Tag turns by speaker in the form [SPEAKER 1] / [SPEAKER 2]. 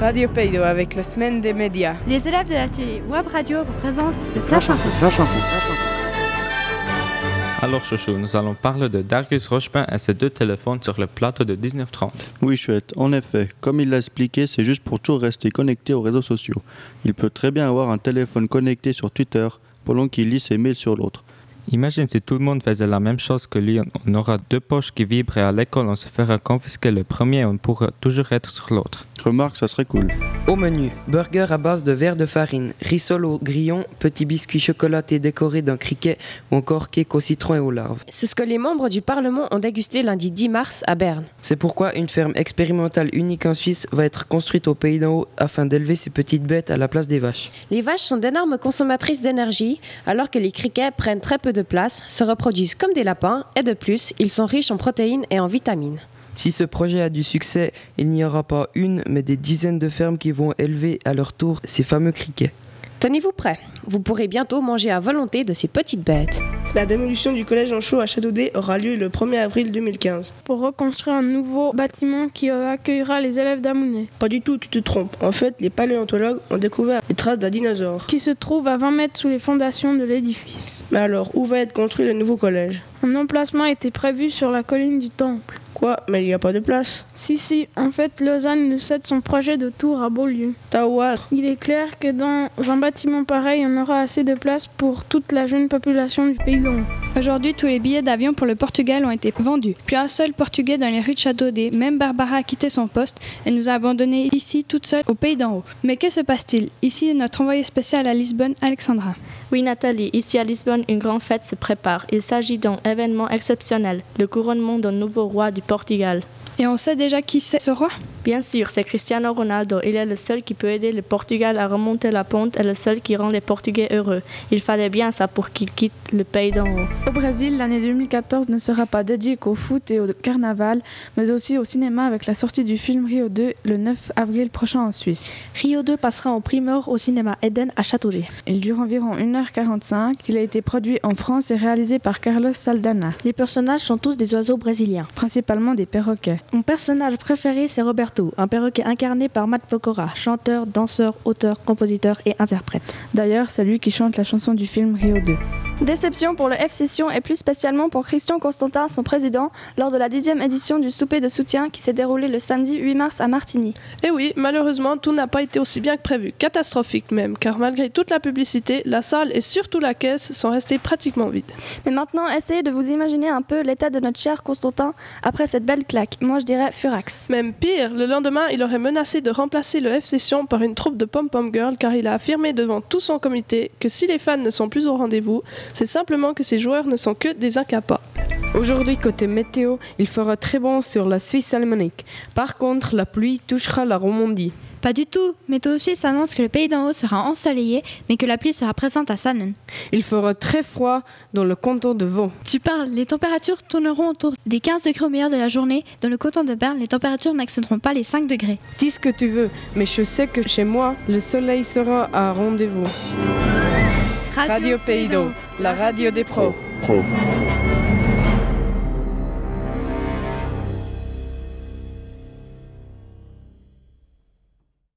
[SPEAKER 1] Radio Paydo avec la semaine des médias.
[SPEAKER 2] Les élèves de l'atelier Web Radio vous présentent le Flash Info.
[SPEAKER 3] Flash Info. Flash Info.
[SPEAKER 4] Alors chouchou, nous allons parler de Darius Rochepin et ses deux téléphones sur le plateau de 1930.
[SPEAKER 3] Oui, chouette. En effet, comme il l'a expliqué, c'est juste pour toujours rester connecté aux réseaux sociaux. Il peut très bien avoir un téléphone connecté sur Twitter pendant qu'il lit ses mails sur l'autre.
[SPEAKER 4] Imagine si tout le monde faisait la même chose que lui, on aura deux poches qui vibrent et à l'école on se fera confisquer le premier et on pourra toujours être sur l'autre.
[SPEAKER 3] Remarque, ça serait cool.
[SPEAKER 5] Au menu, burger à base de verre de farine, rissole au grillon, petits biscuits chocolatés décorés d'un criquet ou encore cake au citron et aux larves.
[SPEAKER 6] C'est ce que les membres du Parlement ont dégusté lundi 10 mars à Berne.
[SPEAKER 5] C'est pourquoi une ferme expérimentale unique en Suisse va être construite au pays d'en haut afin d'élever ces petites bêtes à la place des vaches.
[SPEAKER 6] Les vaches sont d'énormes consommatrices d'énergie, alors que les criquets prennent très peu de place, se reproduisent comme des lapins et de plus, ils sont riches en protéines et en vitamines.
[SPEAKER 5] Si ce projet a du succès, il n'y aura pas une, mais des dizaines de fermes qui vont élever à leur tour ces fameux criquets.
[SPEAKER 6] Tenez-vous prêts, vous pourrez bientôt manger à volonté de ces petites bêtes.
[SPEAKER 7] La démolition du collège en Chaux à Châteaudet aura lieu le 1er avril 2015.
[SPEAKER 8] pour reconstruire un nouveau bâtiment qui euh, accueillera les élèves d'Amounet,
[SPEAKER 7] Pas du tout, tu te trompes. En fait, les paléontologues ont découvert les traces d'un dinosaure.
[SPEAKER 8] qui se trouve à 20 mètres sous les fondations de l'édifice.
[SPEAKER 7] Mais alors, où va être construit le nouveau collège
[SPEAKER 8] Un emplacement était prévu sur la colline du Temple.
[SPEAKER 7] Quoi Mais il n'y a pas de place.
[SPEAKER 8] Si, si, en fait, Lausanne nous cède son projet de tour à Beaulieu.
[SPEAKER 7] Tawa,
[SPEAKER 8] Il est clair que dans un bâtiment pareil, on aura assez de place pour toute la jeune population du pays d'en haut.
[SPEAKER 2] Aujourd'hui, tous les billets d'avion pour le Portugal ont été vendus. Plus un seul Portugais dans les rues de Châteaudet. Même Barbara a quitté son poste et nous a abandonnés ici toute seule au pays d'en haut. Mais que se passe-t-il Ici, notre envoyé spécial à Lisbonne, Alexandra.
[SPEAKER 9] Oui, Nathalie, ici à Lisbonne, une grande fête se prépare. Il s'agit d'un événement exceptionnel, le couronnement d'un nouveau roi du Portugal.
[SPEAKER 2] Et on sait déjà qui c'est ce roi
[SPEAKER 9] Bien sûr, c'est Cristiano Ronaldo. Il est le seul qui peut aider le Portugal à remonter la pente et le seul qui rend les Portugais heureux. Il fallait bien ça pour qu'il quitte le pays d'en haut.
[SPEAKER 10] Au Brésil, l'année 2014 ne sera pas dédiée qu'au foot et au carnaval, mais aussi au cinéma avec la sortie du film Rio 2 le 9 avril prochain en Suisse.
[SPEAKER 11] Rio 2 passera en primeur au cinéma Eden à Châteaudet.
[SPEAKER 10] Il dure environ 1h45. Il a été produit en France et réalisé par Carlos Saldana,
[SPEAKER 11] Les personnages sont tous des oiseaux brésiliens.
[SPEAKER 10] principalement des perroquets.
[SPEAKER 11] Mon personnage préféré, c'est Roberto, un perroquet incarné par Matt Pokora, chanteur, danseur, auteur, compositeur et interprète.
[SPEAKER 10] D'ailleurs, c'est lui qui chante la chanson du film Rio 2.
[SPEAKER 12] Déception pour le F Session et plus spécialement pour Christian Constantin, son président, lors de la dixième édition du souper de soutien qui s'est déroulé le samedi 8 mars à Martigny.
[SPEAKER 13] Et Eh oui, malheureusement, tout n'a pas été aussi bien que prévu, catastrophique même, car malgré toute la publicité, la salle et surtout la caisse sont restées pratiquement vides.
[SPEAKER 12] Mais maintenant, essayez de vous imaginer un peu l'état de notre cher Constantin après cette belle claque. Moi, je dirais furax.
[SPEAKER 13] Même pire, le lendemain, il aurait menacé de remplacer le F-Session par une troupe de pom-pom girls car il a affirmé devant tout son comité que si les fans ne sont plus au rendez-vous, c'est simplement que ces joueurs ne sont que des incapas.
[SPEAKER 14] Aujourd'hui, côté météo, il fera très bon sur la Suisse alémanique. Par contre, la pluie touchera la Romandie.
[SPEAKER 2] Pas du tout. Météo Suisse annonce que le pays d'en haut sera ensoleillé, mais que la pluie sera présente à Sannen.
[SPEAKER 14] Il fera très froid dans le canton de Vaud.
[SPEAKER 2] Tu parles, les températures tourneront autour des 15 degrés au meilleur de la journée. Dans le canton de Berne, les températures n'accéderont pas les 5 degrés.
[SPEAKER 14] Dis ce que tu veux, mais je sais que chez moi, le soleil sera à rendez-vous.
[SPEAKER 1] Radio Paydo, la radio des pros.
[SPEAKER 3] Pro.